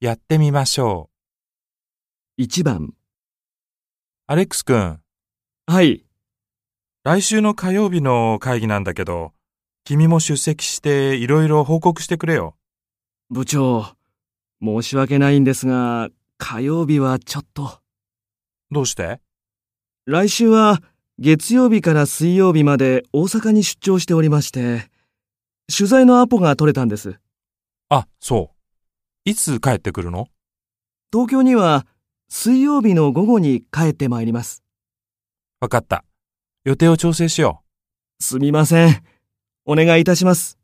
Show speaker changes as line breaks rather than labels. やってみましょ
1番。
う。アレックス君、
はい。
来週の火曜日の会議なんだけど、君も出席していろいろ報告してくれよ。
部長、申し訳ないんですが、火曜日はちょっと。
どうして
来週は月曜日から水曜日まで大阪に出張しておりまして、取材のアポが取れたんです。
あ、そう。いつ帰ってくるの
東京には水曜日の午後に帰ってまいります。
わかった。予定を調整しよう。
すみません。お願いいたします。